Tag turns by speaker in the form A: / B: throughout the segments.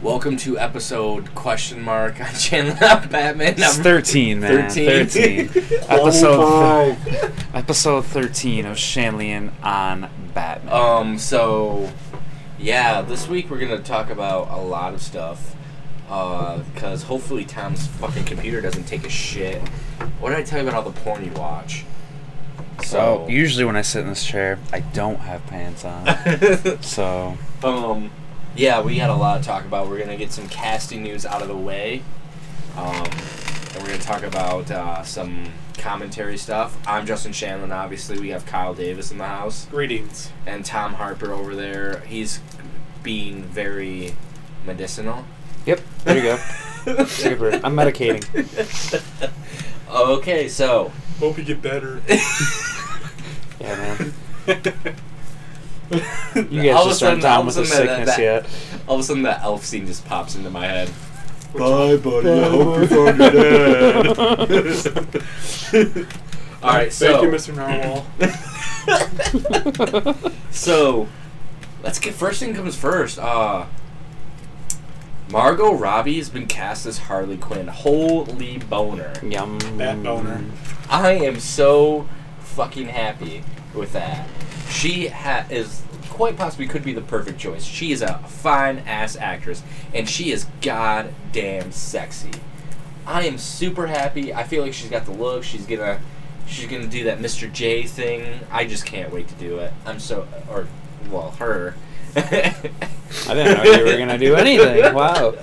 A: Welcome to episode question mark on Chandler not Batman
B: It's
A: number
B: 13, man.
A: 13.
B: 13. episode, episode 13 of Shanlian on Batman.
A: Um, so yeah, this week we're gonna talk about a lot of stuff. Uh, cause hopefully Tom's fucking computer doesn't take a shit. What did I tell you about all the porn you watch? So
B: so, usually when I sit in this chair, I don't have pants on. so,
A: um, yeah, we had a lot to talk about. We're gonna get some casting news out of the way, um, and we're gonna talk about uh, some commentary stuff. I'm Justin Shanlin. Obviously, we have Kyle Davis in the house.
C: Greetings.
A: and Tom Harper over there. He's being very medicinal.
C: Yep. There you go. Super. I'm medicating.
A: Okay, so
C: Hope you get better.
B: yeah, man.
C: You guys
A: All of a
B: just
A: sudden-
B: aren't down
A: all
B: with
A: of a sudden
B: the sickness
A: that-
B: yet.
A: all of a sudden that elf scene just pops into my head.
C: Bye, buddy. I hope you
B: found your dad.
A: All right,
C: Thank you,
A: so
C: Mr. Narwhal.
A: so let's get first thing comes first. Uh, Margot Robbie has been cast as Harley Quinn. Holy boner!
B: Yum.
C: Bat boner.
A: I am so fucking happy with that. She ha- is quite possibly could be the perfect choice. She is a fine ass actress, and she is goddamn sexy. I am super happy. I feel like she's got the look. She's gonna, she's gonna do that Mr. J thing. I just can't wait to do it. I'm so, or well, her.
B: I didn't know you were going to do anything. Wow.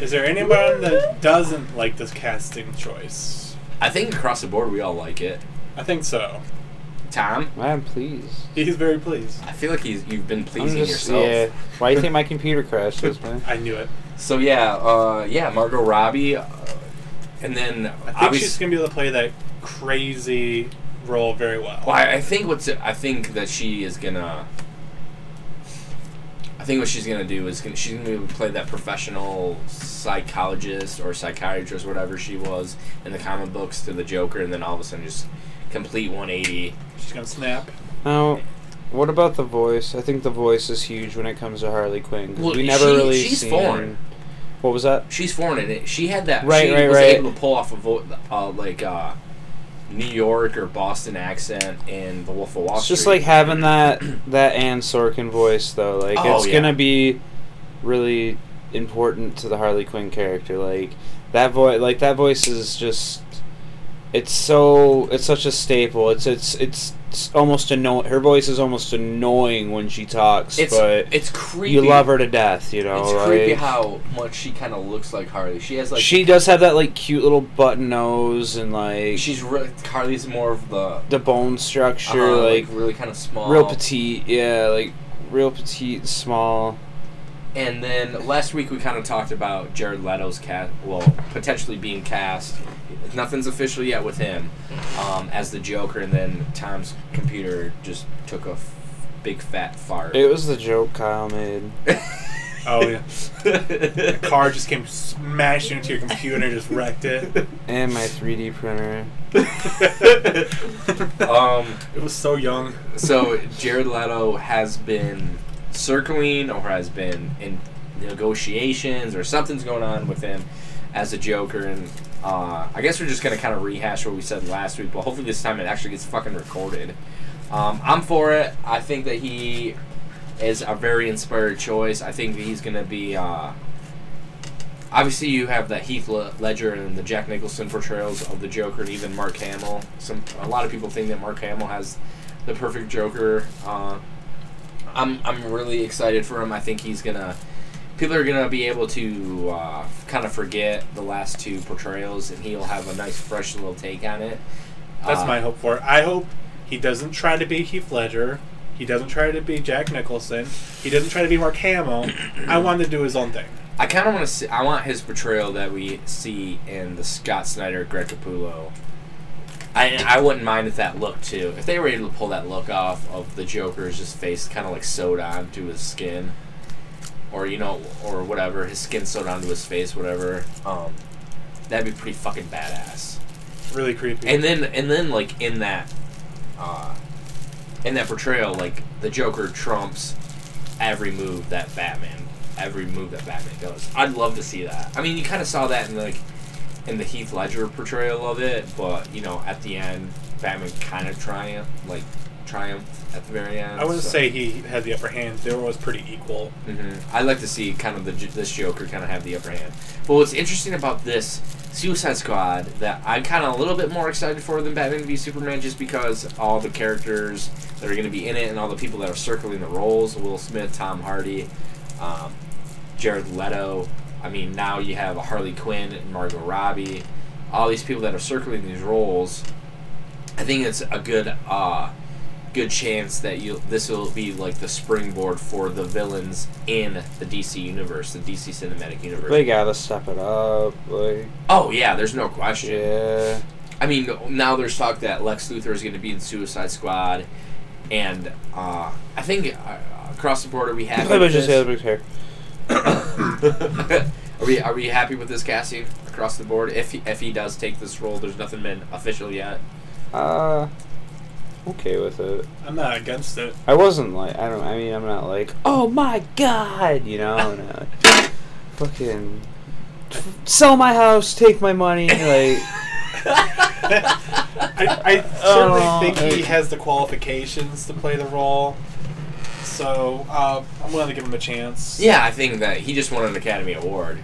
C: Is there anyone that doesn't like this casting choice?
A: I think across the board we all like it.
C: I think so.
A: Tom,
B: I'm pleased.
C: He's very pleased.
A: I feel like he's, you've been
B: I'm
A: pleasing
B: just,
A: yourself.
B: yeah. Why do you think my computer crashed this man?
C: I knew it.
A: So yeah, uh, yeah, Margot Robbie, uh, and then
C: I think she's
A: obviously,
C: gonna be able to play that crazy role very well.
A: well, I I think what's I think that she is gonna. I think what she's gonna do is gonna, she's gonna be able to play that professional psychologist or psychiatrist, whatever she was in the comic books, to the Joker, and then all of a sudden just complete 180.
C: She's gonna snap.
B: Now, what about the voice? I think the voice is huge when it comes to Harley Quinn. 'cause
A: Well,
B: we never
A: she-
B: really
A: she's
B: seen.
A: foreign.
B: What was that?
A: She's foreign in it. She had that.
B: Right,
A: she
B: right,
A: was
B: right.
A: able to pull off a vo- uh, like uh, New York or Boston accent in The Wolf of Wall
B: It's
A: Street.
B: just like having that that Ann Sorkin voice though. Like
A: Oh,
B: it's
A: yeah.
B: gonna be really important to the Harley Quinn character. Like that voice, like that voice is just it's so it's such a staple. It's it's it's, it's almost annoying. Her voice is almost annoying when she talks,
A: it's
B: but
A: it's creepy.
B: you love her to death. You know,
A: It's creepy
B: like-
A: how much she kind of looks like Harley. She has like
B: she does have that like cute little button nose and like
A: she's re- Harley's more of the
B: the bone structure,
A: uh,
B: like,
A: really kind of small,
B: real petite. Yeah, like real petite, small.
A: And then last week we kind of talked about Jared Leto's cast, well, potentially being cast. Nothing's official yet with him um, as the Joker, and then Tom's computer just took a f- big fat fart.
B: It was the joke Kyle made.
C: Oh yeah. Car just came smashing into your computer and just wrecked it.
B: And my 3D printer.
A: um.
C: It was so young.
A: So Jared Leto has been circling or has been in negotiations or something's going on with him as a Joker, and uh, I guess we're just gonna kind of rehash what we said last week, but hopefully this time it actually gets fucking recorded. Um, I'm for it. I think that he is a very inspired choice. I think that he's gonna be. Uh, Obviously, you have that Heath Le- Ledger and the Jack Nicholson portrayals of the Joker, and even Mark Hamill. Some a lot of people think that Mark Hamill has the perfect Joker. Uh, I'm I'm really excited for him. I think he's gonna. People are gonna be able to uh, kind of forget the last two portrayals, and he'll have a nice, fresh little take on it.
C: That's
A: Uh,
C: my hope for it. I hope he doesn't try to be Heath Ledger. He doesn't try to be Jack Nicholson. He doesn't try to be Mark Hamill. I want him to do his own thing.
A: I kind of want to see. I want his portrayal that we see in the Scott Snyder Greg Capullo. I I wouldn't mind if that look too. If they were able to pull that look off of the Joker's just face kind of like sewed onto his skin, or you know, or whatever, his skin sewed onto his face, whatever. Um, that'd be pretty fucking badass.
C: Really creepy.
A: And then and then like in that, uh, in that portrayal, like the Joker trumps every move that Batman every move that Batman does. I'd love to see that. I mean, you kind of saw that in like in the Heath Ledger portrayal of it, but you know, at the end, Batman kind of triumph, like triumphed at the very end.
C: I wouldn't
A: so-
C: say he had the upper hand. They were always pretty equal.
A: Mhm. I'd like to see kind of the J- this Joker kind of have the upper hand. But what's interesting about this Suicide Squad that I'm kind of a little bit more excited for than Batman v Superman, just because all the characters that are going to be in it and all the people that are circling the roles: Will Smith, Tom Hardy, um, Jared Leto. I mean, now you have a Harley Quinn and Margot Robbie. All these people that are circling these roles. I think it's a good. Uh, good chance that you this will be like the springboard for the villains in the DC universe, the DC cinematic universe.
B: They gotta step it up. Like,
A: oh yeah, there's no question.
B: yeah.
A: I mean, now there's talk that Lex Luthor is going to be in Suicide Squad, and uh, I think uh, across the border we
B: I
A: have.
B: probably just had a big hair.
A: are we are we happy with this casting across the board? If he, if he does take this role, there's nothing been official yet.
B: Uh, okay with it.
C: I'm not against it.
B: I wasn't like I don't. I mean, I'm not like oh my god, you know, and, uh, like, fucking sell my house, take my money, like
A: Uh,
C: I, I certainly
B: Oh.
C: think he has the qualifications to play the role. So uh, I'm willing to give him a chance.
A: Yeah, I think that he just won an Academy Award.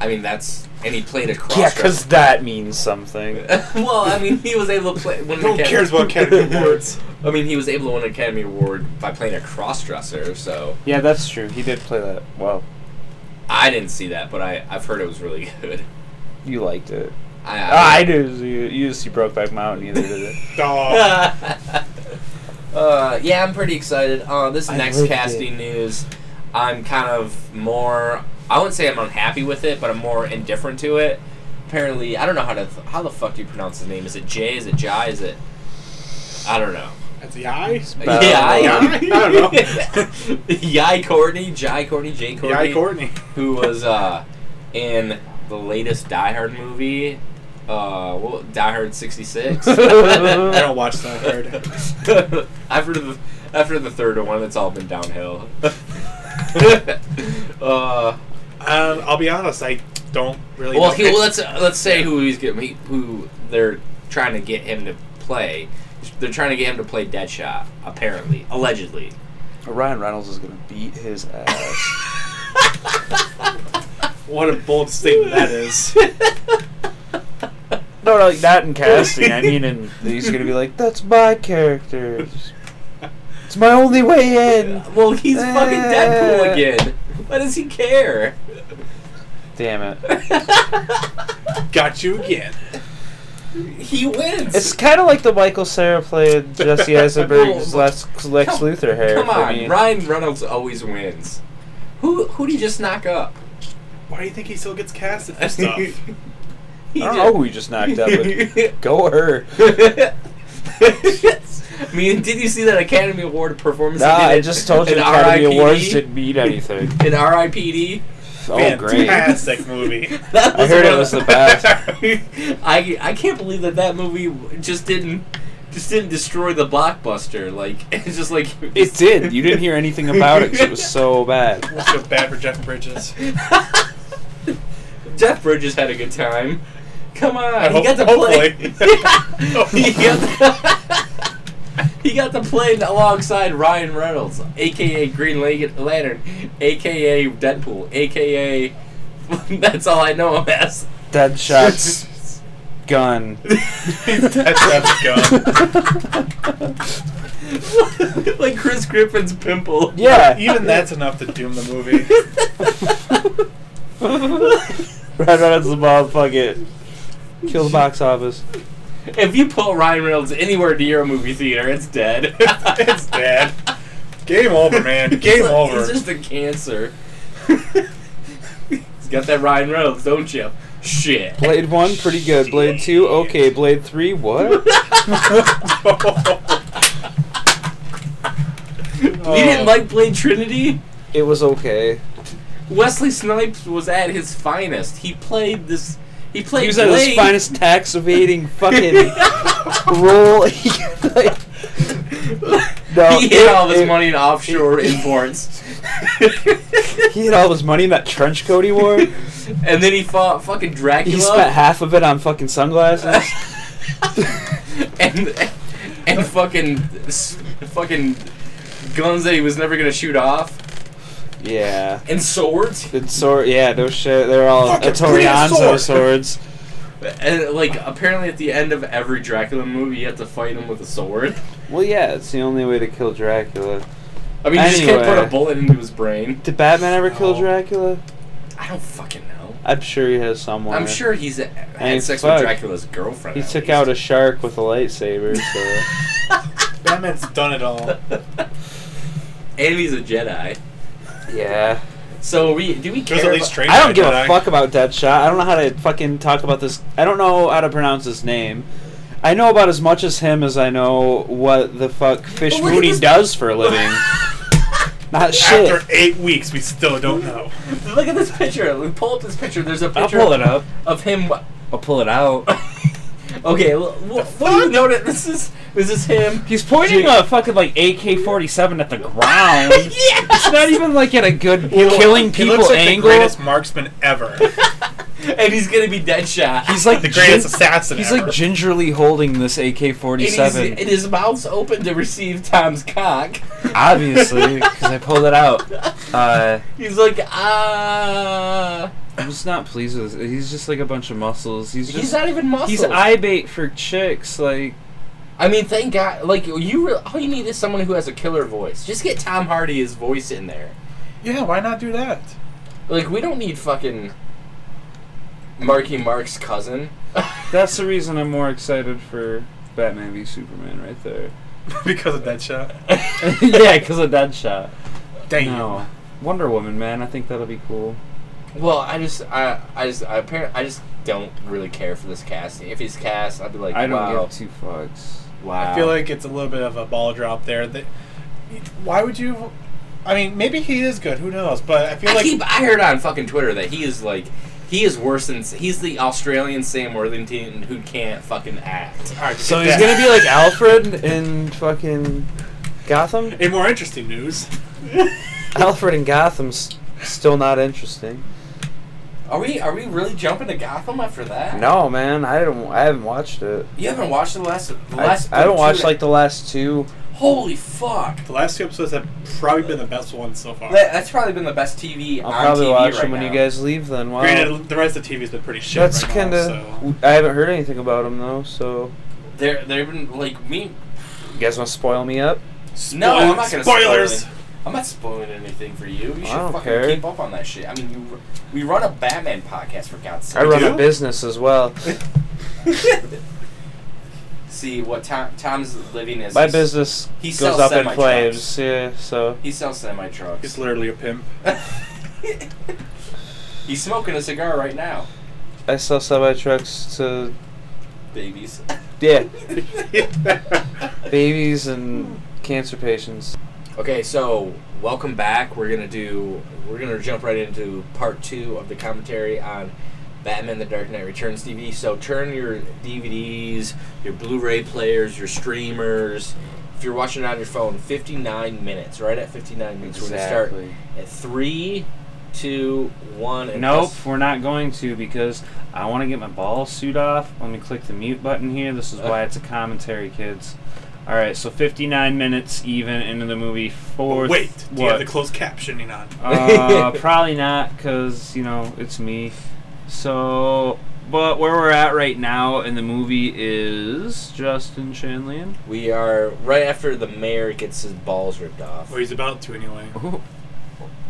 A: I mean, that's and he played a cross.
B: yeah, because that means something.
A: well, I mean, he was able to play. Win an
C: Who
A: Academy-
C: cares about Academy Awards?
A: I mean, he was able to win an Academy Award by playing a crossdresser. So
B: Yeah, that's true. He did play that. Well,
A: I didn't see that, but I I've heard it was really good.
B: you liked it.
A: I,
B: Ah, I do. You, you just see Brokeback Mountain. Either did it.
C: Dog.
A: uh, yeah, I'm pretty excited. Uh, this
B: I
A: next
B: liked
A: casting news, I'm kind of more. I wouldn't say I'm unhappy with it, but I'm more indifferent to it. Apparently, I don't know how to. Th- how the fuck do you pronounce his name? Is it Jay? Is it Jai? Is it? I don't know.
C: That's the eye.
B: Uh,
A: yeah, I,
C: I don't know.
A: Yai Courtney, Jai Courtney, Jay
C: The
A: Courtney,
C: eye Courtney.
A: who was uh, in the latest Die Hard movie, uh, what, Die Hard '66.
C: I don't watch that hard.
A: after the after the third one, it's all been downhill. uh,
C: Um, I'll be honest. I don't really.
A: well,
C: know.
A: he, well, let's uh, let's say who he's getting, he- who they're trying to get him to play. They're trying to get him to play Deadshot, apparently, allegedly.
B: Ryan Reynolds is gonna beat his ass.
C: What a bold statement that is.
B: no, no, not in casting. I mean, in he's gonna be like, that's my character. It's my only way in.
A: Well, he's fucking
B: Uh.
A: Deadpool again. Why does he care?
B: Damn it.
C: Got you again.
A: He wins.
B: It's kind of like the Michael Sarah played Jesse Eisenberg's
A: No,
B: Lex, Lex
A: come-
B: Luthor hair.
A: Come
B: I
A: on,
B: mean,
A: Ryan Reynolds always wins. Who who do you just knock up?
C: Why do you think he still gets casted for stuff?
B: I don't know who he just knocked up. But go her.
A: I mean, did you see that Academy Award performance? he
B: Nah,
A: did
B: I
A: in-
B: just told you
A: in
B: the Academy
A: RIPD?
B: Awards didn't mean anything.
A: in R.I.P.D.
B: Oh, great.
C: Fantastic movie.
A: That
B: I heard
A: one
B: it
A: of
B: was the best.
A: I I can't believe that that movie w- just didn't just didn't destroy the blockbuster. Like it's just like
B: It did. You didn't hear anything about it 'cause it was so bad.
C: I feel bad for Jeff Bridges.
A: Jeff Bridges had a good time. Come on,
C: I
A: he
C: hope-
A: got to
C: hopefully.
A: play. he, got to, he got to play alongside Ryan Reynolds, aka Green Lan- Lantern, aka Deadpool, aka. That's all I know him as.
B: Deadshot's gun.
C: Deadshot's
B: gun.
A: like Chris Griffin's pimple.
B: yeah.
C: Even that's enough to doom the movie.
B: Ryan Reynolds the motherfucker. Kill the box office.
A: If you put Ryan Reynolds anywhere near a movie theater, it's dead.
C: it's bad. Game over, man. Game
A: He's a-
C: over.
A: He's just a cancer. he's got that Ryan Reynolds, don't you? Shit.
B: Blade 1, pretty good. Blade 2, okay. Blade 3, what?
A: You didn't like Blade Trinity?
B: It was okay.
A: Wesley Snipes was at his finest. He played this. He played.
B: He was at
A: Blade.
B: his finest tax evading fucking role. He, like, No,
A: he hit
B: it-
A: all of his
B: it-
A: money in offshore imports.
B: He had all his money in that trench coat he wore.
A: and then he fought fucking Dracula.
B: He spent half of it on fucking sunglasses.
A: and and fucking s- fucking guns that he was never gonna shoot off,
B: yeah.
A: and swords,
B: It's sword, yeah, those shit. They're all
C: Fucking
B: Torianzo
C: bring a sword.
B: swords.
A: and like apparently at the end of every Dracula movie, you have to fight him with a sword.
B: Well, yeah, it's the only way to kill Dracula.
A: I mean, you just can't put
B: Anyway.
A: a bullet into his brain.
B: Did Batman ever kill
C: No.
B: Dracula?
A: I don't fucking know.
B: I'm sure he has someone.
A: I'm sure he's a-
B: Hey,
A: had sex
B: fuck.
A: with Dracula's girlfriend.
B: he
A: at
B: took
A: least.
B: out a shark with a lightsaber. So
C: Batman's done it all.
A: and he's a Jedi.
B: yeah,
A: So we do we care?
C: There's at least
A: about-
C: trained.
B: I don't give
C: by
B: a
C: Jedi.
B: fuck about Deadshot. I don't know how to fucking talk about this. I don't know how to pronounce his name. I know about as much as him as I know what the fuck Fish
A: look at
B: Mooney
A: this-
B: does for a living. Not shit.
C: After eight weeks, we still don't know.
A: Look at this picture. We pull up this picture. There's a
B: I'll
A: picture
B: pull it up.
A: of him. I'll pull it out. okay, well, what, what do you notice? This is this is him.
B: He's pointing
A: Dude.
B: a fucking like AK forty seven at the ground.
A: Yes!
B: It's not even like at a good
C: lo-
B: killing
C: he
B: people
C: looks like
B: angle.
C: the greatest marksman ever.
A: And he's gonna be Deadshot.
B: he's like
C: the greatest
B: gin-
C: assassin
B: He's
C: ever.
B: like gingerly holding this AK
A: and,
B: forty
A: he's,
B: seven.
A: and his mouth's open to receive Tom's cock.
B: Obviously, because I pulled it out. Uh,
A: He's like, ah.
B: I'm just not pleased with. This. He's just like a bunch of muscles. He's
A: he's
B: just
A: not even muscle.
B: he's eye bait for chicks. Like
A: I mean, thank God. Like you, re- all you need is someone who has a killer voice. Just get Tom Hardy's voice in there.
C: yeah, why not do that?
A: Like we don't need fucking Marky Mark's cousin.
B: that's the reason I'm more excited for Batman v Superman right there.
C: because of that shot.
B: yeah, because of that shot.
C: Damn.
B: No, Wonder Woman, man. I think that'll be cool.
A: Well, I just, I, I just, I apparently, I just don't really care for this casting. If he's cast, I'd be like,
B: I don't
A: wow,
B: give two fucks.
A: wow.
C: I feel like it's a little bit of a ball drop there. That, why would you? I mean, maybe he is good. Who knows? But I feel
A: I
C: like
A: keep, I heard on fucking Twitter that he is like, he is worse than he's the Australian Sam Worthington who can't fucking act.
C: All right,
B: So
C: get
B: he's gonna
C: that.
B: be like Alfred in fucking Gotham.
C: In more interesting news,
B: Alfred in Gotham's still not interesting.
A: Are we, are we really jumping to Gotham after that?
B: No, man, I don't. I haven't watched it.
A: You haven't watched the last, the
B: I,
A: last.
B: I don't
A: two-
B: watch like the last two.
A: Holy fuck!
C: the last two episodes have probably been the best ones so far.
A: That, that's probably been the best TV.
B: I'll
A: on
B: probably
A: TV
B: watch
A: right
B: them when
A: now.
B: you guys leave. Then wow,
C: Granted, the rest of the TV's been pretty shit.
B: that's
C: right
B: kind
C: now,
B: of.
C: so.
B: I haven't heard anything about him though. So
A: They're they've been like me.
B: you guys want to spoil me up?
A: No, I'm not gonna spoil
C: spoilers.
A: it. I'm not spoiling anything for you. You should
B: don't
A: fucking
B: care.
A: keep up on that shit. I mean, you, we run a Batman podcast for God's
B: I
A: sake.
B: run a
C: do?
B: business as well.
A: See what Tom, Tom's living is.
B: My
A: he's-
B: business
A: He
B: goes
A: sells
B: up in
A: semi-trucks.
B: flames. Yeah, so
A: He sells semi trucks.
C: He's literally a pimp.
A: He's smoking a cigar right now,
B: I sell semi trucks to
A: babies.
B: yeah
C: That's
B: babies and cancer patients.
A: Okay, so welcome back. We're gonna do. We're gonna jump right into part two of the commentary on Batman: The Dark Knight Returns DVD. So turn your DVDs, your Blu-ray players, your streamers. If you're watching it on your phone, 59 minutes. Right at 59 minutes, we're gonna start at three, two, one. And
B: Nope,
A: press-
B: we're not going to because I want to get my ball suit off. Let me click the mute button here. This is why it's a commentary, kids. All right, so 59 minutes even into the movie. Fourth.
C: Wait, do you
B: what?
C: have the closed captioning on?
B: uh, probably not, because you know it's me. So, but where we're at right now in the movie is Justin Shanlian.
A: we are right after the mayor gets his balls ripped off.
C: Or he's about to anyway.
B: Oh,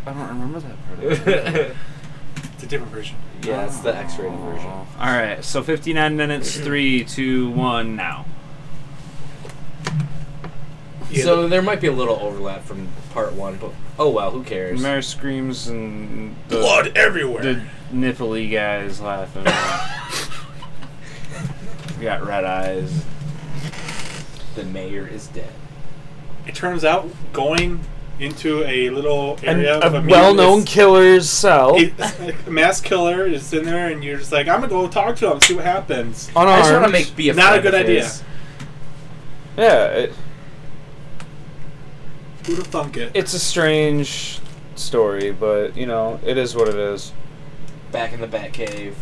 B: I don't remember that part. Of it.
A: yeah,
C: It's a different version.
A: it's the X-rated version.
B: All right, so 59 minutes, three, two, one, now.
C: Yeah,
A: so
C: the-
A: there might be a little overlap from part one, but oh well, who cares?
B: Mare screams and the,
C: blood everywhere.
B: the nipply guy is laughing. We got red eyes.
A: The mayor is dead.
C: it turns out going into a little area of a mutant is-
B: killer's cell,
C: it's like a mass killer is in there, and you're just like, I'm gonna go talk to him, see what happens.
A: I just want to make be a
C: Not a
A: friend
C: good
A: of
C: idea.
A: his.
B: yeah, it,
C: Who'd have thunk it?
B: it's a strange story, but you know, it is what it is.
A: Back in the Batcave.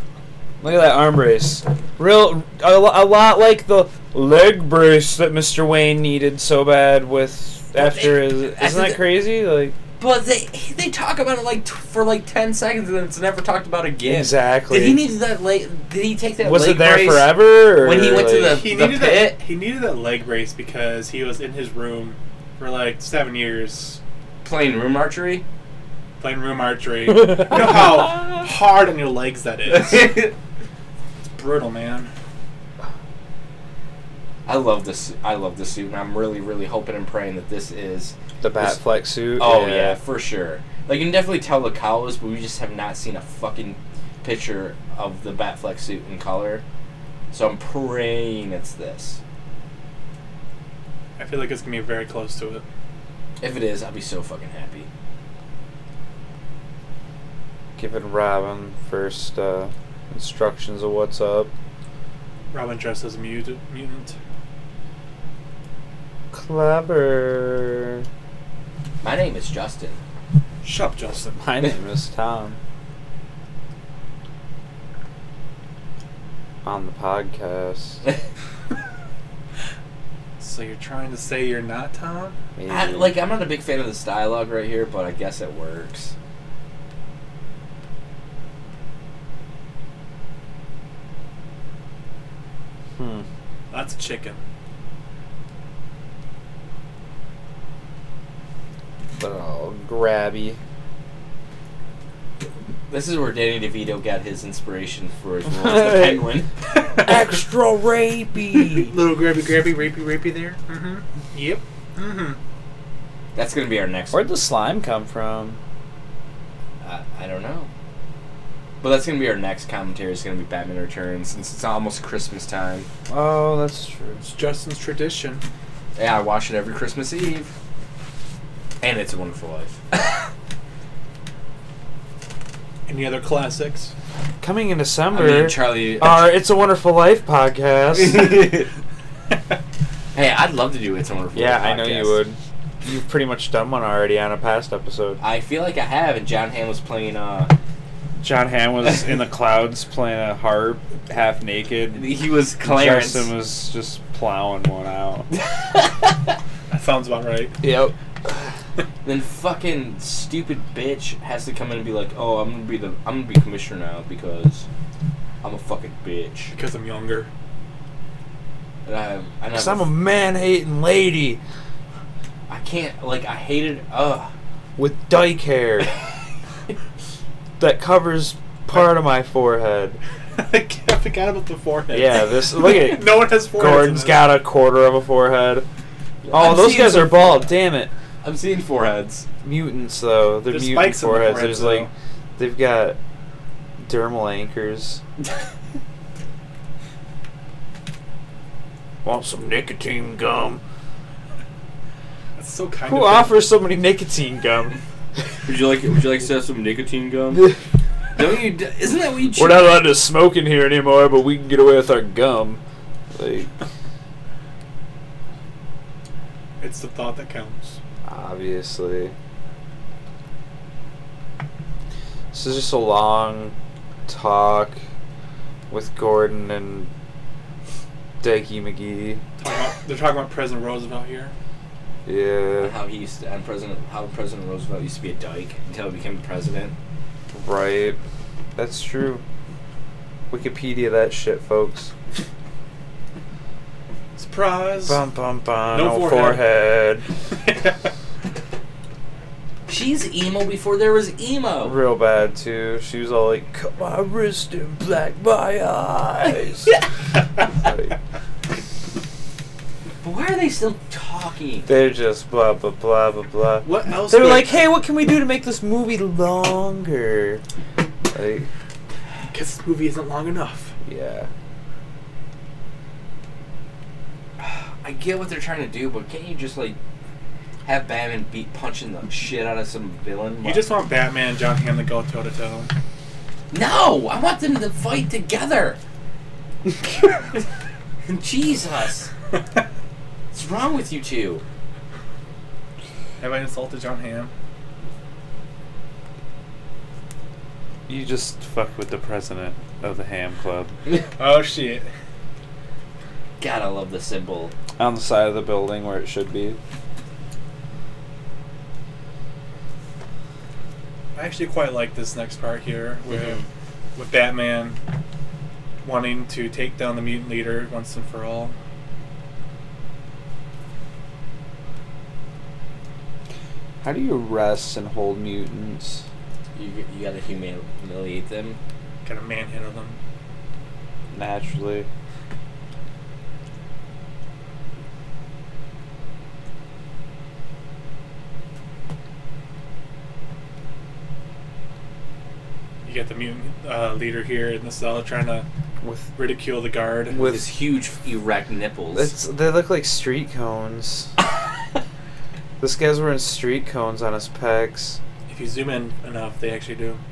B: Look at that arm brace. Real, a, lo- a lot like the leg brace that Mr. Wayne needed so bad with
A: Well,
B: after
A: they-
B: his.
A: I
B: Isn't
A: think
B: that
A: that-
B: crazy? Like
A: But they they talk about it like t- for like ten seconds and then it's never talked about again.
B: exactly.
A: Did he need that leg? Did he take that?
B: was
A: leg
B: it there
A: brace?
B: forever? Or
A: when he went to the-
B: like-
C: he needed
A: pit?
C: that. He needed that leg brace because he was in his room for like seven years
A: playing room archery?
C: playing room archery. you know how hard on your legs that is. It's
A: I
C: brutal, man.
A: love this. I love this suit, and I'm really, really hoping and praying that this is.
B: the Batfleck suit.
A: Oh yeah, for sure. Like you can definitely tell the colors, but we just have not seen a fucking picture of the Batfleck suit in color. So I'm praying it's this.
C: I feel like it's gonna be very close to it.
A: If it is, I'll be so fucking happy.
B: Giving Robin first uh, instructions of what's up.
C: Robin dressed as a mutant. mutant.
B: Clever.
A: My name is Justin.
C: Shut up, Justin.
B: My name is Tom. On the podcast.
C: So you're trying to say you're not Tom?
B: Mm-hmm.
A: I, like I'm not a big fan of this dialogue right here, but I guess it works.
B: Hmm.
C: That's chicken.
B: But all grabby.
A: This is where Danny DeVito got his inspiration for his role as the Penguin.
B: rapey.
C: Little grabby, grabby, rapey, rapey there. Mm-hmm. Yep. Mm-hmm.
A: That's gonna be our next.
B: Where'd the slime come from?
A: I, I don't know. But that's gonna be our next commentary. It's gonna be Batman Returns since it's almost Christmas time.
B: Oh, that's true.
C: It's Justin's tradition.
A: Yeah, I watch it every Christmas Eve, and it's a Wonderful Life.
C: Any other classics?
B: Coming in December,
A: I mean, Charlie.
B: our It's a Wonderful Life podcast.
A: hey, I'd love to do It's a Wonderful
B: yeah,
A: Life.
B: I know you
A: podcast.
B: would. You've pretty much done one already on a past episode.
A: I feel like I have, and John Hamm was playing. uh
B: John Hamm was in the clouds playing a harp, half naked.
A: He was Clarence.
B: Justin was just plowing one out.
C: That sounds about right.
B: Yep.
A: Then fucking stupid bitch has to come in and be like, "Oh, I'm gonna be the I'm gonna be commissioner now because I'm a fucking bitch."
C: Because I'm younger.
A: And I and I
B: Cause I'm a man hating lady
A: I can't like I hated uh
B: with dyke hair that covers part of my forehead.
C: I forgot about the forehead.
B: Yeah, this look at
C: no one has foreheads.
B: Gordon's
C: in
B: got a quarter of a forehead. Oh,
A: I'm
B: those
A: seeing
B: guys
A: some-
B: are bald. Damn it,
A: I'm seeing foreheads.
B: mutants though. They're
C: There's
B: mutant
C: spikes in the
B: foreheads.
C: foreheads,
B: There's like
C: though.
B: they've got dermal anchors. Want some nicotine gum?
C: That's so kind
B: Who
C: of him.
B: offers somebody nicotine gum?
A: would you like Would you like to have some nicotine gum? Don't you? d- Isn't that what you?
B: We're not allowed to smoke in here anymore, but we can get away with our gum. Like,
C: It's the thought that counts.
B: obviously. This is just a long talk with Gordon and Dickie McGee.
C: Talking about, they're talking about President Roosevelt here.
B: Yeah,
A: How he used to, and President how President Roosevelt used to be a dyke until he became president.
B: right. That's true. Wikipedia that shit, folks.
C: Surprise!
B: Bum bum bum.
C: No
B: oh,
C: forehead.
B: forehead.
A: She's emo before there was emo.
B: real bad too. She was all like, "Cut my wrist and black my eyes."
A: But why are they still talking?
B: They're just blah blah blah blah blah.
C: what else?
B: They were
C: would-
B: like, "Hey, what can we do to make this movie longer?" Like,
C: Because this movie isn't long enough.
B: yeah,
A: I get what they're trying to do, but can't you just like have Batman beat punching the shit out of some villain?
C: You just want Batman and John Hamm to go toe to toe.
A: no. I want them to fight together. Jesus, what's wrong with you two?
C: Have I insulted John Hamm?
D: you just fuck with the president of the ham club
C: Oh shit.
A: God, I love the symbol.
B: on the side of the building where it should be.
C: I actually quite like this next part here, where
A: Mhm.
B: Mm-hmm.
C: with Batman wanting to take down the mutant leader once and for all.
B: How do you arrest and hold mutants?
A: You, you gotta humil- humiliate them.
C: Kind of manhandle them.
B: Naturally.
C: You get the mutant uh, leader here in the cell trying to
B: With
C: ridicule the guard.
A: With
B: With-
A: his huge erect nipples.
B: it's, they look like street cones. this guy's wearing street cones on his pecs.
C: If you zoom in enough, they actually do.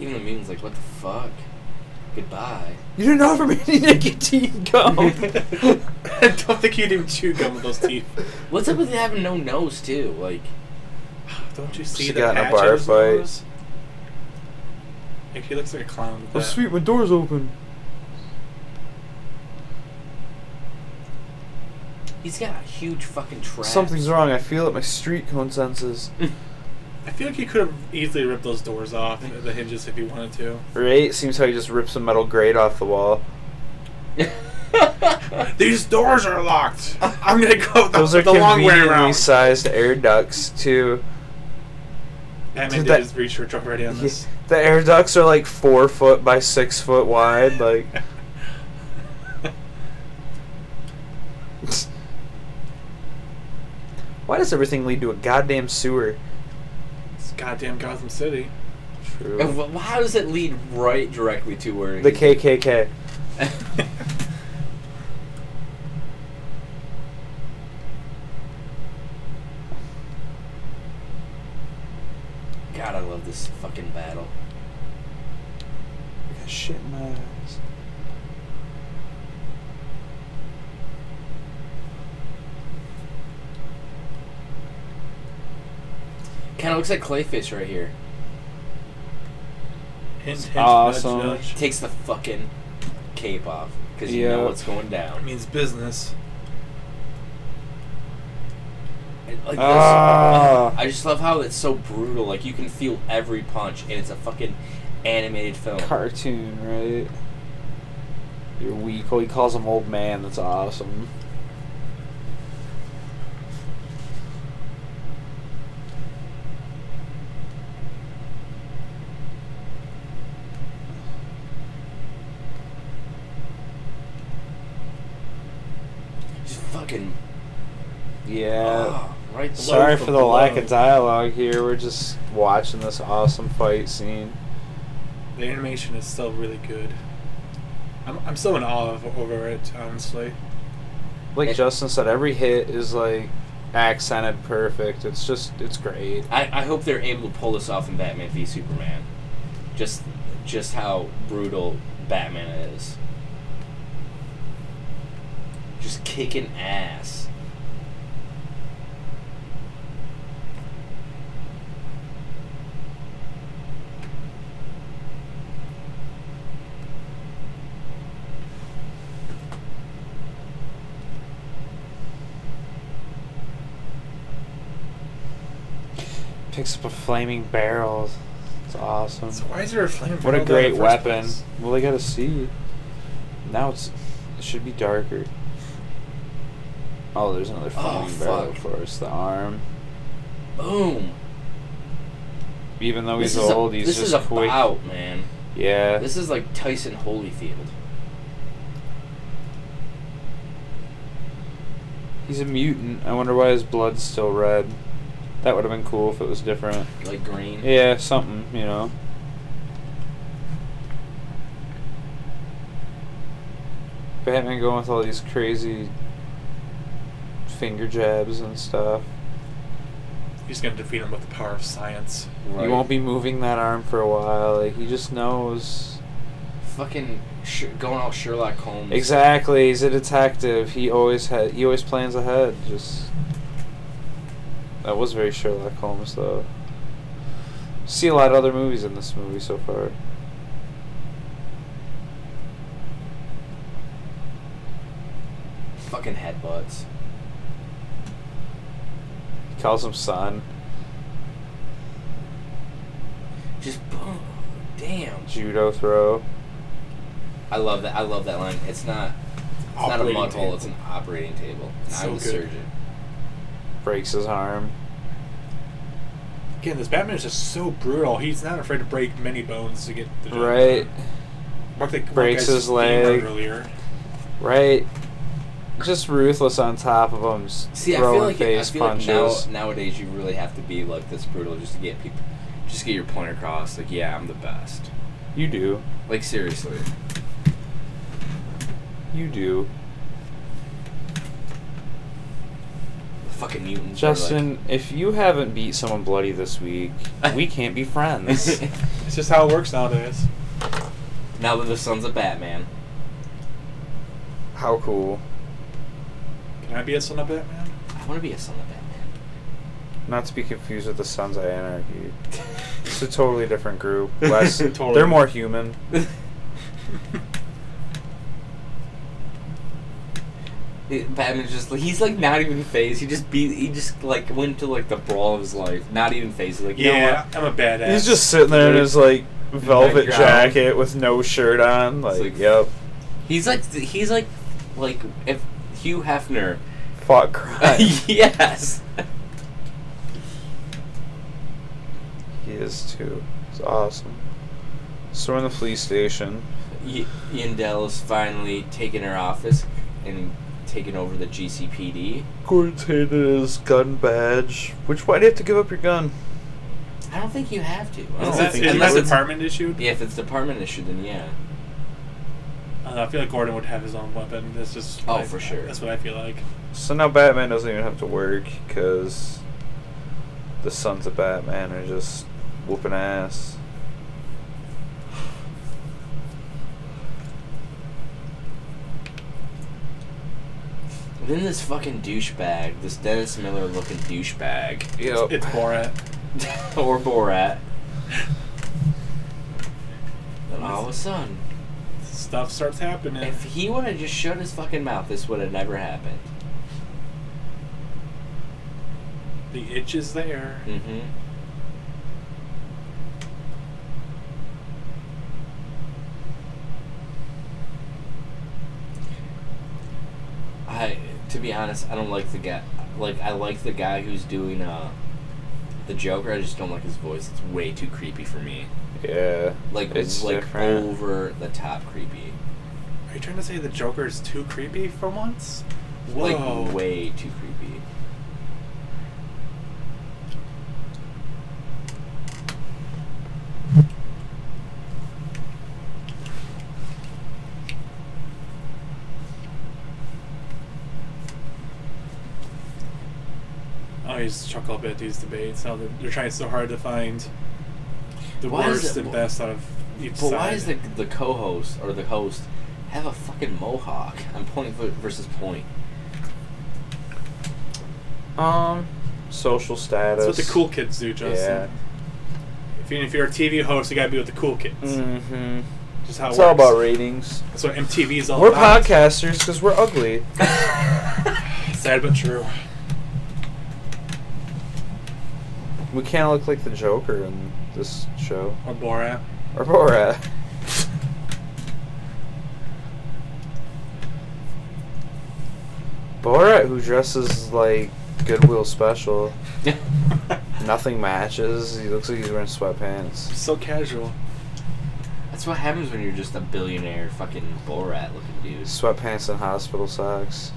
A: Even the mutant's like, what the fuck? Goodbye.
B: You didn't offer me any nicotine gum.
C: I don't think he'd even chew gum with those teeth.
A: What's up with having no nose too? Like,
C: Don't you see
B: She
C: the
B: got in a
C: patch on
B: bar
C: his
B: fight.
C: nose? Like, he looks like a clown. With
B: oh,
C: that.
B: sweet, my door's open.
A: he's got a huge fucking trap.
B: Something's wrong. I feel it. My street cone senses.
C: I feel like he could have easily ripped those doors off
B: Mm-hmm.
C: the hinges if he wanted to.
B: Right? Seems how he just rips a metal grate off the wall.
C: These doors are locked. I'm gonna go the,
B: Those are
C: the long way
B: conveniently
C: around.
B: sized air ducts too.
C: Batman
B: Did
C: did
B: that-
C: his research already on
B: Yeah,
C: this.
B: The air ducts are like four foot by six foot wide. Like, why does everything lead to a goddamn sewer?
C: It's goddamn Gotham City.
A: And wh- How does it lead right directly to where
B: The
A: he's-
B: KKK.
A: God, I love this fucking battle.
B: I got shit in my eyes.
A: Kind of looks like Clayfish right here.
C: Hint, hint,
B: Awesome.
C: nudge, nudge.
A: Takes the fucking cape off because you know
B: Yep.
A: what's going
C: It
A: down.
C: means business.
A: And, like, this-
B: Ah.
A: I just love how it's so brutal. Like you can feel every punch, and it's a fucking animated film.
B: Cartoon, right? You're weak. Oh, he calls him old man. That's awesome.
A: Just fucking
B: Yeah.
A: ah, right.
C: Blow
B: Sorry
C: for
B: for the lack
C: blow.
B: of dialogue here. We're just watching this awesome fight scene.
C: The animation is still really good. I'm, I'm still in awe of, over it, honestly.
B: Like
A: It-
B: Justin said, every hit is like accented perfect. It's just, it's great.
A: I, I hope they're able to pull this off in Batman v Superman. Just just how brutal Batman is. Just kicking ass.
B: Picks up a flaming barrel. It's awesome.
C: So why is there a flame?
B: What a
C: barrel there in
B: great
C: the first
B: weapon.
C: place?
B: Well, they gotta see. Now it's, it should be darker. Oh, there's another
A: Oh,
B: flaming barrel
A: fuck.
B: for us. The arm.
A: Boom.
B: Even though
A: This
B: he's
A: is a,
B: old, he's
A: this
B: just
A: is
B: quick.
A: about man.
B: Yeah.
A: This is like Tyson Holyfield.
B: He's a mutant. I wonder why his blood's still red. That would have been cool if it was different.
A: Like green.
B: Yeah, something, you know. Batman going with all these crazy finger jabs and stuff.
C: He's gonna defeat him with the power of science.
A: Right.
B: You won't be moving that arm for a while. Like he just knows.
A: fucking sh- going all Sherlock Holmes.
B: Exactly, he's a detective. He always had. He always plans ahead. Just that was very Sherlock Holmes, though. See a lot of other movies in this movie so far.
A: Fucking headbutts.
B: He calls him son.
A: Just boom. Damn.
B: Judo throw.
A: I love that. I love that line. It's not. It's not a
C: Operating
A: mud hole.
C: table.
A: It's an operating table. And
C: So
A: I was
C: good.
A: surgeon.
B: Breaks his arm.
C: Again, this Batman is just so brutal. He's not afraid to break many bones to get the job
B: Right.
C: done. Mark the, one
B: Breaks
C: guy's
B: his
C: femur
B: leg.
C: Earlier.
B: Right. Just ruthless on top of him. Just
A: See, I
B: throwing
A: feel like it- I
B: face
A: feel
B: punches.
A: like now, nowadays you really have to be like this brutal just to get people, just to get your point across. Like, yeah, I'm the best.
B: you do.
A: Like seriously.
B: You do.
A: The fucking mutants. are, like-
B: Justin, if you haven't beat someone bloody this week, we can't be friends.
C: It's just how it works nowadays.
A: now that the son's a Batman.
B: How cool.
C: Can I be a son of Batman?
A: I want to be a son of Batman.
B: Not to be confused with the Sons of Anarchy. It's a totally different group. Less,
C: Totally.
B: they're more human.
A: It- Batman's just like he's like not even phased. He just beat. He just like went to like the brawl of his life. Not even phased. He's Like you know
C: yeah,
A: what?
C: I'm a badass.
B: He's just sitting there in his like velvet
A: Background.
B: jacket with no shirt on. Like,
A: like-
B: yep,
A: He's like he's like like if Hugh Hefner. uh,
B: fought crime.
A: yes.
B: He is too. It's awesome. So we're in the police station.
A: Y- Yandel is finally taking her office and taking over the GCPD.
B: Gordon's handed his gun badge. Which why do you have to give up your gun?
A: I don't think you have to.
B: I don't
C: Is
A: Unless
C: that,
A: it's,
B: think he
C: is
A: unless
C: that
B: would.
A: it's,
C: department issued?
A: yeah, if it's department issue, then yeah.
C: I don't know, I feel like Gordon would have his own weapon. That's just
A: Oh,
C: I-
A: for sure.
C: That's what I feel like.
B: So now Batman doesn't even have to work because the sons of Batman are just whooping ass.
A: And then this fucking douchebag, this Dennis Miller looking douchebag,
B: Yep.
C: It's Borat.
A: or Borat. And all of a sudden,
C: Stuff starts happening.
A: if he would have just shut his fucking mouth, this would have never happened.
C: the itch is there.
A: Mm-hmm. I, to be honest, I don't like the guy. Like, I like the guy who's doing uh, the Joker. I just don't like his voice. It's way too creepy for me.
B: Yeah.
A: Like,
B: it's
A: like
B: different.
A: over the top creepy.
C: Are you trying to say the Joker is too creepy for once? Whoa.
A: Like, way too creepy.
C: I always Oh, chuckle a bit at these debates. How they're, they're trying so hard to find the
A: Why is
C: worst
A: it-
C: and best out of each
A: But
C: side.
A: why is the the co-host or the host have a fucking mohawk on point v- versus point?
B: Um, social status.
C: That's what the cool kids do, Justin. If, you, if you're a TV host, you gotta be with the cool kids.
B: Mm-hmm.
C: Just how it
B: It's all
C: works.
B: about ratings.
C: That's what MTV is all
B: We're
C: about.
B: podcasters because we're ugly.
C: Sad but true.
B: We can't look like the Joker in this show.
C: Or Borat.
B: Or Borat. Borat, who dresses like Goodwill Special, nothing matches. He looks like he's wearing sweatpants.
C: so casual.
A: That's what happens when you're just a billionaire fucking Borat looking dude.
B: Sweatpants and hospital socks.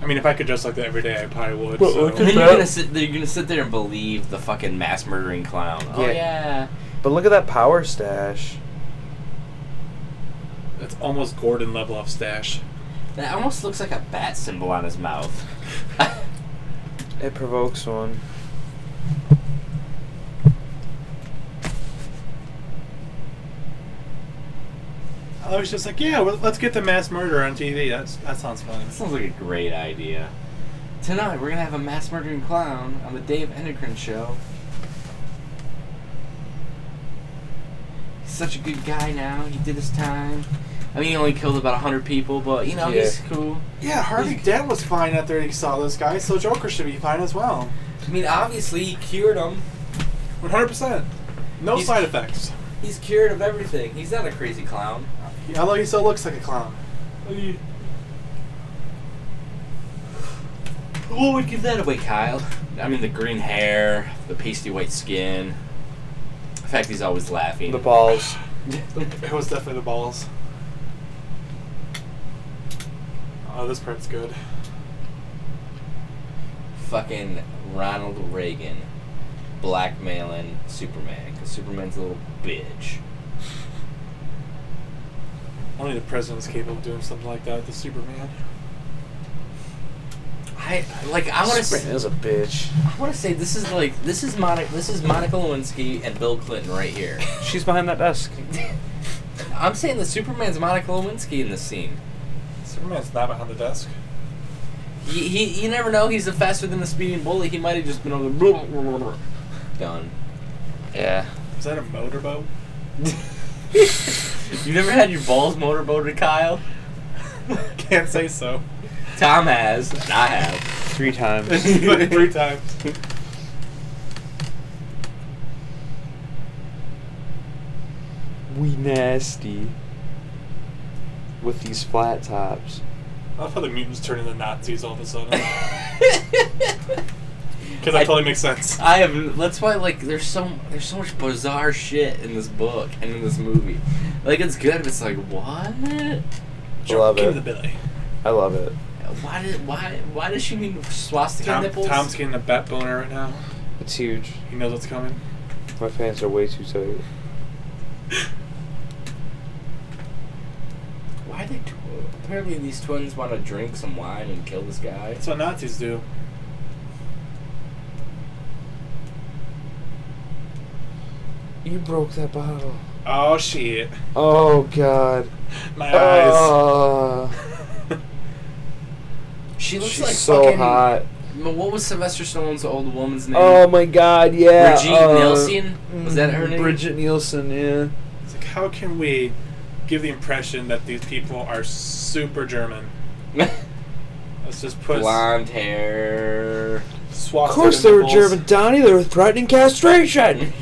C: I mean, if I could dress like that every day, I probably would.
B: Well,
C: so.
B: look
A: And
B: at
A: then you're
B: that.
A: gonna sit there you're gonna sit there and believe the fucking mass murdering clown. Oh
B: Yeah.
A: yeah.
B: But look at that power stash.
C: That's almost Gordon level of stash.
A: That almost looks like a bat symbol on his mouth.
B: It provokes one.
C: I was just like, yeah, well, let's get the mass murder on TV. That's that sounds fun.
A: That sounds like a great idea. Tonight we're gonna have a mass murdering clown on the Dave Endocrine show. He's such a good guy now. He did his time. I mean, he only killed about hundred people, but you know
B: Yeah.
A: he's cool.
C: Yeah, Harvey Dent was fine after he saw this guy, so Joker should be fine as well.
A: I mean, obviously he cured him.
C: One hundred percent. No
A: He's-
C: side effects.
A: He's cured of everything. He's not a crazy clown.
C: Although he still looks like a clown.
A: What would give that away, Kyle? I mean, the green hair, the pasty white skin, the fact he's always laughing.
B: The balls.
C: It was definitely the balls. Oh, this part's good.
A: fucking Ronald Reagan blackmailing Superman because Superman's a little bitch.
C: Only the president's capable of doing something like that with Superman.
A: I like. I want
B: Superman
A: to.
B: is a bitch.
A: I want to say this is like this is Monica. This is Monica Lewinsky and Bill Clinton right here.
D: She's behind that desk.
A: I'm saying that Superman's Monica Lewinsky in this scene.
C: Superman's not behind the desk.
A: He, he you never know. He's a faster than the speeding bullet. He might have just been over the blah, blah, blah, blah. done.
B: Yeah.
C: Is that a motorboat?
A: you never had your balls motorboated, Kyle?
C: Can't say so.
A: Tom has. and I have.
D: Three times.
C: Three times.
B: We nasty. With these flat tops.
C: I love how the mutants turn into Nazis all of a sudden. Because that
A: I-
C: totally makes sense.
A: I have. That's why, like, there's so there's so much bizarre shit in this book and in this movie. Like, it's good, but it's like, what?
B: Love
C: Give
B: it.
C: the Billy.
B: I love it.
A: Why did why why does she need swastika
C: Tom,
A: nipples?
C: Tom's getting a bat boner right now.
B: It's huge.
C: He knows what's coming.
B: My pants are way too tight.
A: why they? Tw- apparently, these twins want to drink some wine and kill this guy.
C: That's what Nazis do.
B: You broke that bottle.
C: Oh shit.
B: Oh god.
C: My
B: Oh.
C: eyes.
A: She looks
B: She's
A: like
B: so
A: fucking,
B: hot.
A: Mo- What was Sylvester Stallone's old woman's name?
B: Oh my god, yeah.
A: Brigitte
B: uh,
A: Nielsen? Was that her name?
B: Bridget Nielsen, yeah.
C: it's like, how can we give the impression that these people are super German? Let's just put
A: Blonde hair.
B: Of
C: swastika
B: course they were
C: nipples.
B: German, Donnie. They were threatening castration.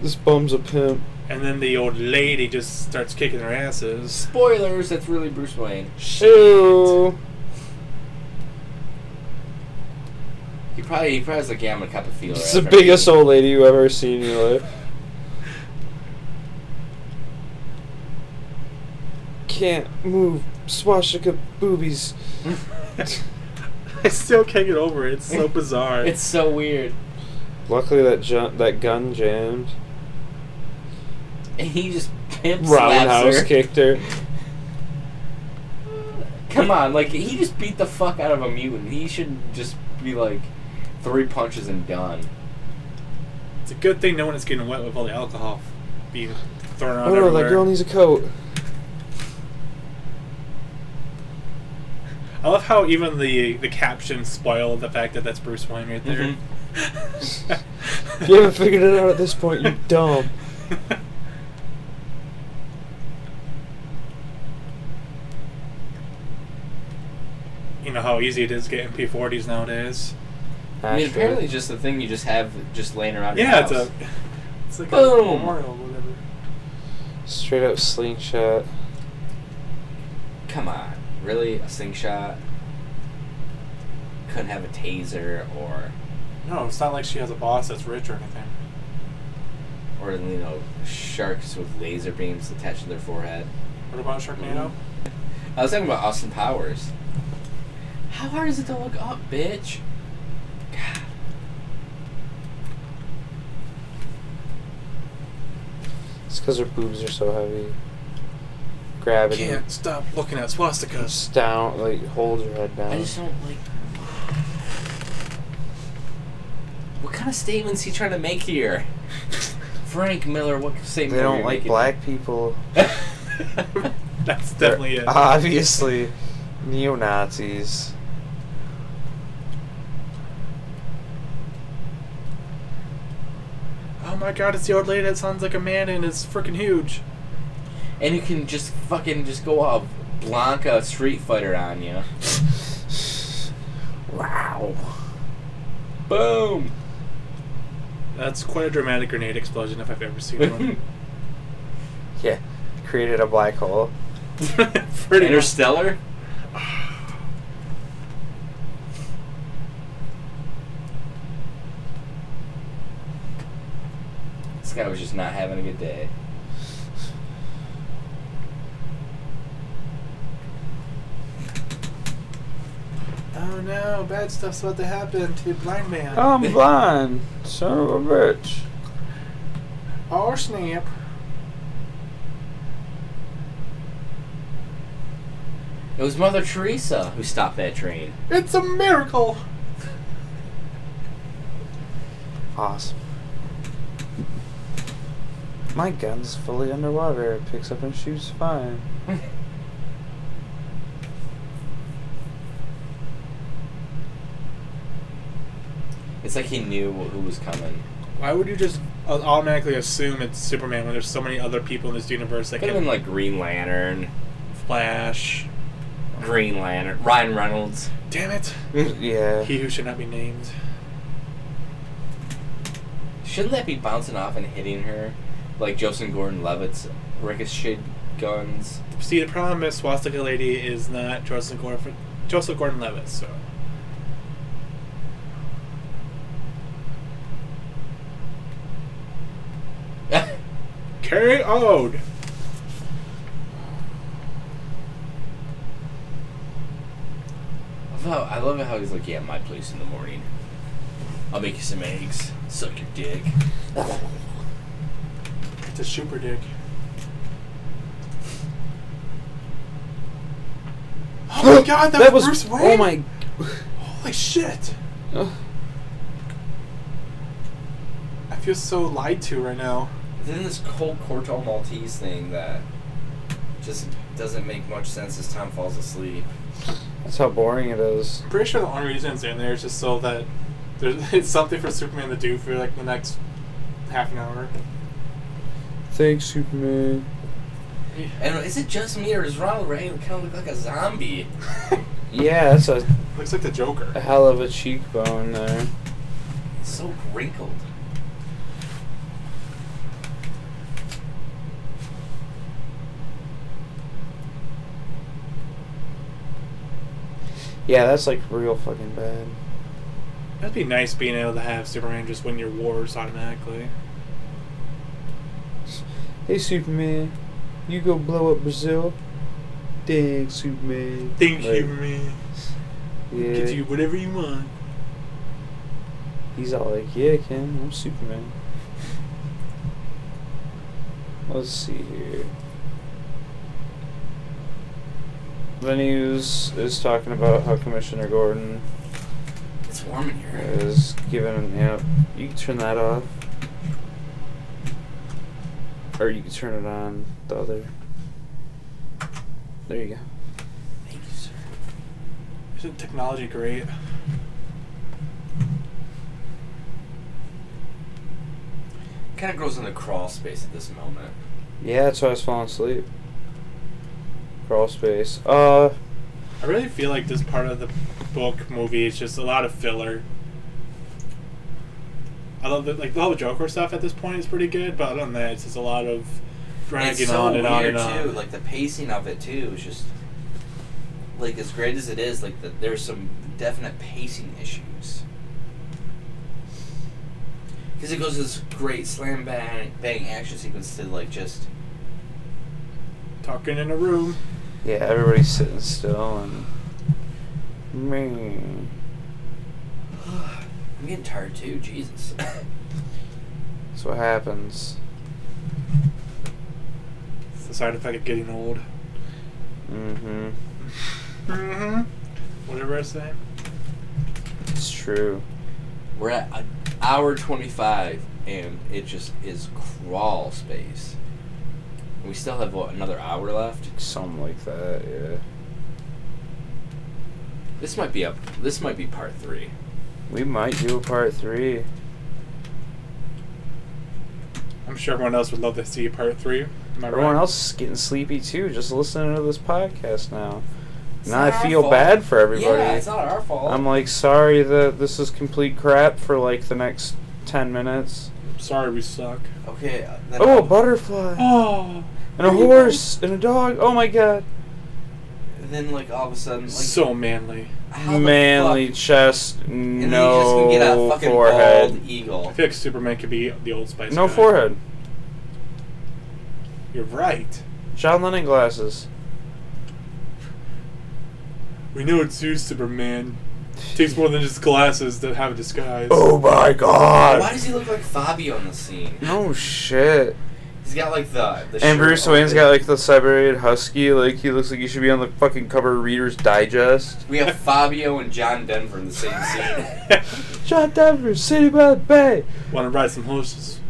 B: this bum's a pimp.
C: And then the old lady just starts kicking their asses.
A: Spoilers. That's really Bruce Wayne.
B: Ew.
A: He probably he probably was like, yeah, I'm gonna cut the feeler.
B: It's the
A: after
B: biggest
A: I
B: old lady you've ever seen in your life. Can't move swastika boobies.
C: I still can't get over it. It's so bizarre.
A: It's so weird.
B: Luckily that ju- that gun jammed.
A: And he just pimp slaps
B: Roundhouse
A: her.
B: kicked her.
A: Come on, like he just beat the fuck out of a mutant. He should just be like three punches and done.
C: It's a good thing no one is getting wet with all the alcohol being thrown around
B: Oh no, that
C: everywhere.
B: girl needs a coat.
C: I love how even the the captions spoil the fact that that's Bruce Wayne right there.
B: Mm-hmm. You haven't figured it out at this point, you dumb.
C: you know how easy it is getting P40s nowadays.
A: I mean, apparently, it's just a thing you just have just laying around. your
C: Yeah, it's
A: house.
C: a it's like a
A: Boom.
C: memorial, whatever.
B: straight up slingshot.
A: Come on, really, a sing shot. Couldn't have a taser or
C: No, it's not like she has a boss that's rich or anything.
A: or you know sharks with laser beams attached to their forehead.
C: What about Sharknado?
A: I was talking about Austin Powers. How hard is it to look up, bitch? God.
B: It's because her boobs are so heavy. Grabbing you.
C: stop looking at swastikas.
B: Just down, like hold your head down.
A: I just don't like. What kind of statements he trying to make here? Frank Miller, what say
B: They don't like black people.
C: That's definitely it.
B: They're Obviously, neo Nazis.
C: oh my god, it's the old lady that sounds like a man and is freaking huge.
A: and you can just fucking just go off Blanca Street Fighter on you.
B: Wow.
A: Boom.
C: That's quite a dramatic grenade explosion if I've ever seen one.
B: Yeah, created a black hole.
C: Pretty much.
A: Interstellar. This guy was just not having a good day.
C: Oh no, bad stuff's about to happen to the blind man.
B: I'm blind, son of a bitch.
C: Oh snap.
A: It was Mother Teresa who stopped that train.
C: It's a miracle!
B: Awesome. My gun's fully underwater. It picks up and shoots fine.
A: It's like he knew who was coming.
C: Why would you just uh, automatically assume it's Superman when there's so many other people in this universe that
A: Could have
C: can
A: been like Green Lantern,
C: Flash?
A: Green Lantern, Ryan Reynolds.
C: Damn it!
B: yeah.
C: He who should not be named.
A: Shouldn't that be bouncing off and hitting her, like Joseph Gordon-Levitt's ricochet guns?
C: See, the problem is Swastika Lady is not Joseph Gordon, Joseph Gordon-Levitt, so carry on.
A: I love how- I love how he's like, yeah, my place in the morning. I'll make you some eggs. Suck your dick.
C: It's a super dick. Oh my god, that, was Bruce Wayne!
B: Oh my.
C: Holy shit!
B: Ugh.
C: I feel so lied to right now.
A: Then this cold Corto Maltese thing that just doesn't make much sense as Tom falls asleep.
B: That's how boring it is.
C: I'm pretty sure the only reason it's in there is just so that there's it's something for Superman to do for like the next half an hour.
B: Thanks, Superman.
A: And is it just me or does Ronald Reagan kind of look like a zombie?
B: Yeah, that's a,
C: Looks like the Joker.
B: a hell of a cheekbone there.
A: It's so wrinkled.
B: Yeah, that's like real fucking bad.
C: That'd be nice being able to have Superman just win your wars automatically.
B: Hey, Superman. You go blow up Brazil? Dang, Superman.
C: Thank
B: Like,
C: you, man. Get you
B: Yeah.
C: whatever you want.
B: He's all like, yeah, Ken, I'm Superman. Let's see here. The news is talking about how Commissioner Gordon
A: It's warm in here.
B: is giving him. Yep, you can turn that off, or you can turn it on. The other. There you go.
A: Thank you, sir.
C: Isn't technology great?
A: Kind of grows in the crawl space at this moment.
B: Yeah, that's why I was falling asleep. Crawl space. Uh,
C: I really feel like this part of the book movie is just a lot of filler. I love that, like the whole Joker stuff at this point is pretty good, but other than that, it's just a lot of
A: And
C: dragging
A: it's so
C: on and on
A: weird
C: and on.
A: too. Like the pacing of it too is just like as great as it is. Like the, there's some definite pacing issues because it goes this great slam bang bang action sequence to like just
C: Talking in a room.
B: yeah, everybody's sitting still and. Man.
A: I'm getting tired too. Jesus.
B: That's what happens.
C: It's the side effect of getting old.
B: Mm hmm.
C: Mm-hmm. Whatever I say.
B: It's true.
A: We're at an hour twenty five. and it just is crawl space. We still have what, another hour left.
B: Something like that, yeah.
A: This might be up. This might be part three.
B: We might do a part three.
C: I'm sure everyone else would love to see part three. Am I
B: Everyone
C: right?
B: else is getting sleepy too, just listening to this podcast now.
A: It's
B: Now I
A: not our
B: feel
A: fault.
B: bad for everybody.
A: Yeah, it's not our fault.
B: I'm like sorry that this is complete crap for like the next ten minutes.
C: Sorry, we suck.
A: okay. uh, then
B: Oh, a
A: I'll-
B: butterfly
C: Oh,
B: and a
A: Are you
B: horse and a dog. Oh my god!
A: Then like all of a sudden, like
C: Oh, so manly.
A: how the
B: Manly
A: fuck-
B: chest,
A: And then you just
B: no
A: can get a fucking
B: forehead,
A: bald
C: I
A: eagle.
C: feel like Superman could be the old Spice.
B: no
C: guy.
B: forehead.
C: You're right.
B: John Lennon glasses.
C: We know it's you, Superman. takes more than just glasses to have a disguise.
B: Oh my god!
A: Why does he look like Fabio on the scene?
B: No shit.
A: He's got like the. the shirt
B: And Bruce
A: open.
B: Wayne's got like the Siberian Husky. Like he looks like he should be on the fucking cover of Reader's Digest.
A: We have Fabio and John Denver in the same scene.
B: John Denver, City by the Bay.
C: Want to ride some horses?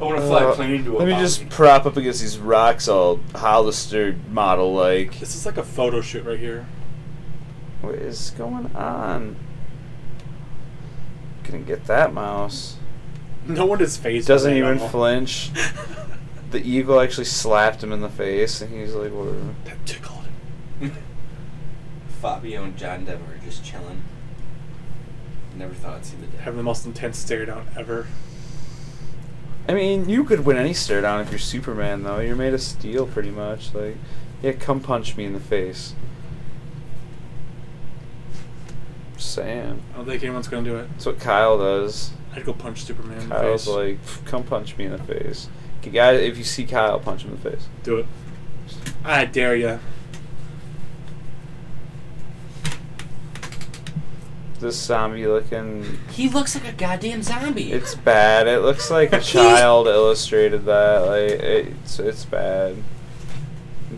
A: I want to fly
B: Uh,
A: a plane into a.
B: Let me
A: mountain.
B: just prop up against these rocks, all Hollister model like.
C: This is like a photo shoot right here.
B: What is going on? Gonna get that mouse.
C: No one is face.
B: Doesn't
C: was at
B: even
C: all.
B: flinch. The eagle actually slapped him in the face, and he's like, "Whatever."
C: That tickled.
A: Fabio and John Denver are just chilling. Never thought I'd see the day.
C: Having the most intense stare down ever.
B: I mean, you could win any stare down if you're Superman, though. You're made of steel, pretty much. Like, yeah, come punch me in the face. Sam.
C: I don't think anyone's gonna do it.
B: That's what Kyle does.
C: I'd go punch Superman in the
B: Kyle's
C: face.
B: like, "Pff, come punch me in the face. Okay, guy, if you see Kyle, punch him in the face.
C: do it. I dare ya.
B: This zombie looking.
A: He looks like a goddamn zombie.
B: It's bad. It looks like a child illustrated that. Like, it's, it's bad.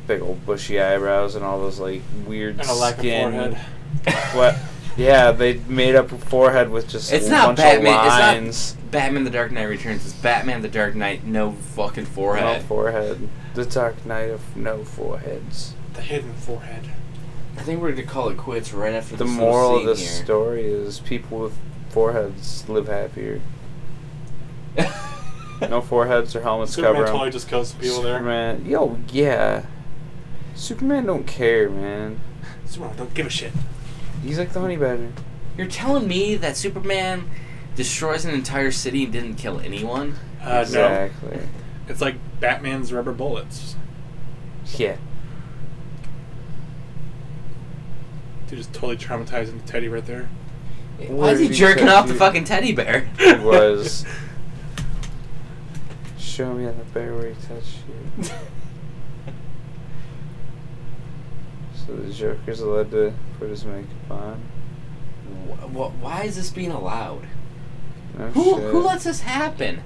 B: Big old bushy eyebrows and all those, like, weird
C: And a lack of
B: skin.
C: forehead.
B: What? Yeah, they made up a forehead with just
A: It's
B: a
A: not
B: bunch
A: Batman.
B: of
A: It's
B: lines.
A: not Batman: The Dark Knight Returns. It's Batman: The Dark Knight. No fucking forehead.
B: No forehead. The Dark Knight of no foreheads.
C: The hidden forehead.
A: I think we're gonna call it quits right after
B: The
A: this little
B: moral of
A: scene
B: this
A: here.
B: story is people with foreheads live happier. No foreheads or helmets
C: Superman
B: cover
C: totally
B: 'em.
C: just kills people there.
B: Superman, yo, yeah. Superman don't care, man.
C: Superman don't give a shit.
B: He's like the honey badger.
A: You're telling me that Superman destroys an entire city and didn't kill anyone?
C: Uh, no.
B: exactly.
C: It's like Batman's rubber bullets.
B: Yeah.
C: Dude, just totally traumatizing Teddy right there.
A: Why is he
B: Literally
A: jerking
B: said
A: off
B: you-
A: the fucking teddy bear?
B: He was. Show me how the bear where he touched you. So the Joker's allowed to put his makeup on.
A: Wh- wh- Why is this being allowed?
B: No
A: Who
B: shit.
A: who lets this happen?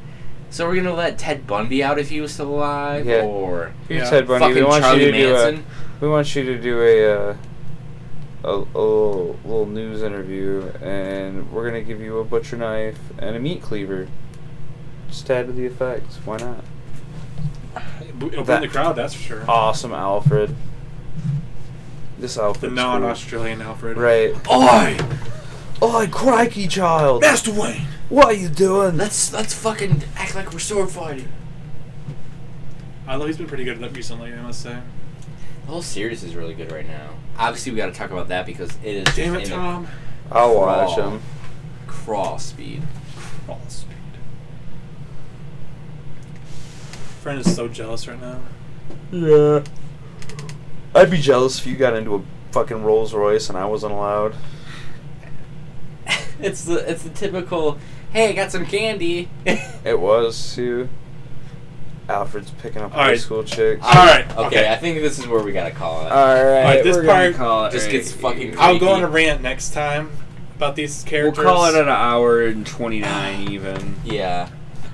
A: So we're gonna let Ted Bundy out if he was still alive,
B: Yeah.
A: or
B: Here,
C: Yeah.
B: Ted Bundy. We
A: fucking
B: want
A: Charlie
B: you to do
A: Manson?
B: a. We want you to do a. Uh, a, a little, little news interview, and we're gonna give you a butcher knife and a meat cleaver. Just add to the effects. Why not?
C: It bo- Open
B: That-
C: the crowd, that's for sure.
B: Awesome, Alfred. This
C: the
B: Alfred.
C: non-Australian Alfred.
B: Right.
A: Oi,
B: Oh, crikey, child!
C: Master Wayne.
B: What are you doing?
A: let's let's fucking act like we're sword fighting.
C: Although he's been pretty good at that recently, I must say.
A: The whole series is really good right now. Obviously, we got to talk about that because it is
C: Damn it,
A: just in
C: Tom.
B: I'll watch him.
A: a crawl speed.
C: Crawl speed. Friend is so jealous right now.
B: Yeah. I'd be jealous if you got into a fucking Rolls Royce and I wasn't allowed.
A: it's the it's the typical. Hey, I got some candy.
B: It was too. Alfred's picking up
C: All
B: high
C: right.
B: school chicks.
C: All right,
A: Okay,
C: okay.
A: I think this is where we gotta call it.
B: right.
C: right, this
B: we're gonna
C: part
B: call it
A: just gets fucking
C: I'll go
A: Creepy.
C: on a rant next time about these
D: We'll
C: characters.
D: call it an hour and 29 even.
A: yeah.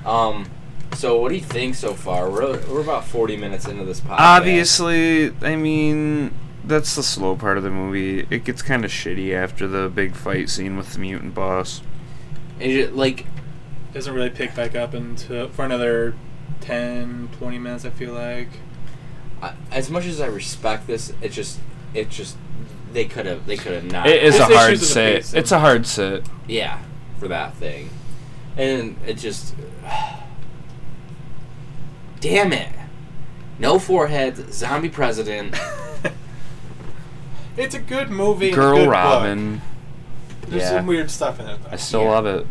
A: Um. So, what do you think so far? We're we're about forty minutes into this podcast.
B: Obviously, I mean, that's the slow part of the movie. It gets kind of shitty after the big fight scene with the mutant boss.
A: And you- like,
C: doesn't really pick back up until for another 10, 20 minutes. I feel like.
A: I, as much as I respect this, it just it just they could have they could have not.
B: It is
C: It's
B: a
C: the
B: hard
C: issues of the
B: sit.
C: pace.
B: It's a hard sit.
A: yeah for that thing, and it just damn it. No forehead, zombie president.
C: It's a good movie. and a
B: Girl
C: good
B: Robin.
C: book. There's
B: yeah.
C: some weird stuff in it.
B: I
C: Though.
B: still
A: Yeah.
B: love it.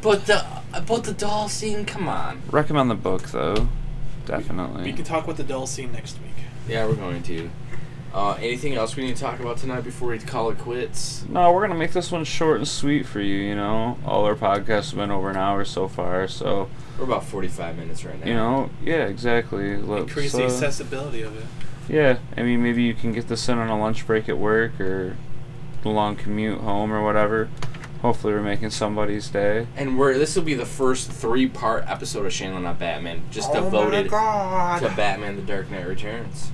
A: But the but the doll scene, come on.
B: Recommend the book though.
C: We can
B: Definitely.
C: talk about the doll scene next week.
A: Yeah, we're going to. Uh, anything else we need to talk about tonight before we call it quits?
B: No, we're gonna make this one short and sweet for you. You know, all our podcasts have been over an hour so far. So
A: We're about forty-five minutes right now.
B: you know, yeah, exactly. Let's,
C: Increase the
B: uh,
C: accessibility of it.
B: Yeah, I mean, maybe you can get this in on a lunch break at work or the long commute home or whatever. Hopefully, we're making somebody's day.
A: and we're this will be the first three-part episode of Shannon on Batman, just
B: Oh
A: devoted to Batman: The Dark Knight Returns.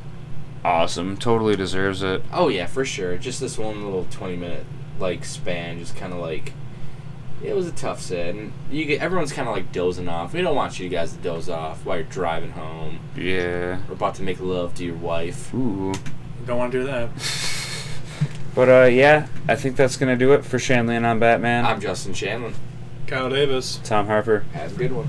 B: Awesome. Totally deserves it.
A: Oh yeah, for sure. Just this one little twenty-minute like span, just kind of like it was a tough set, and you get everyone's kind of like dozing off. We don't want you guys to doze off while you're driving home
B: Yeah.
A: or about to make love to your wife.
B: Ooh.
C: Don't want to do that.
B: But uh, yeah, I think that's gonna do it for Shanley and on Batman.
A: I'm Justin Shanlon.
C: Kyle Davis.
B: Tom Harper.
A: Have a good one.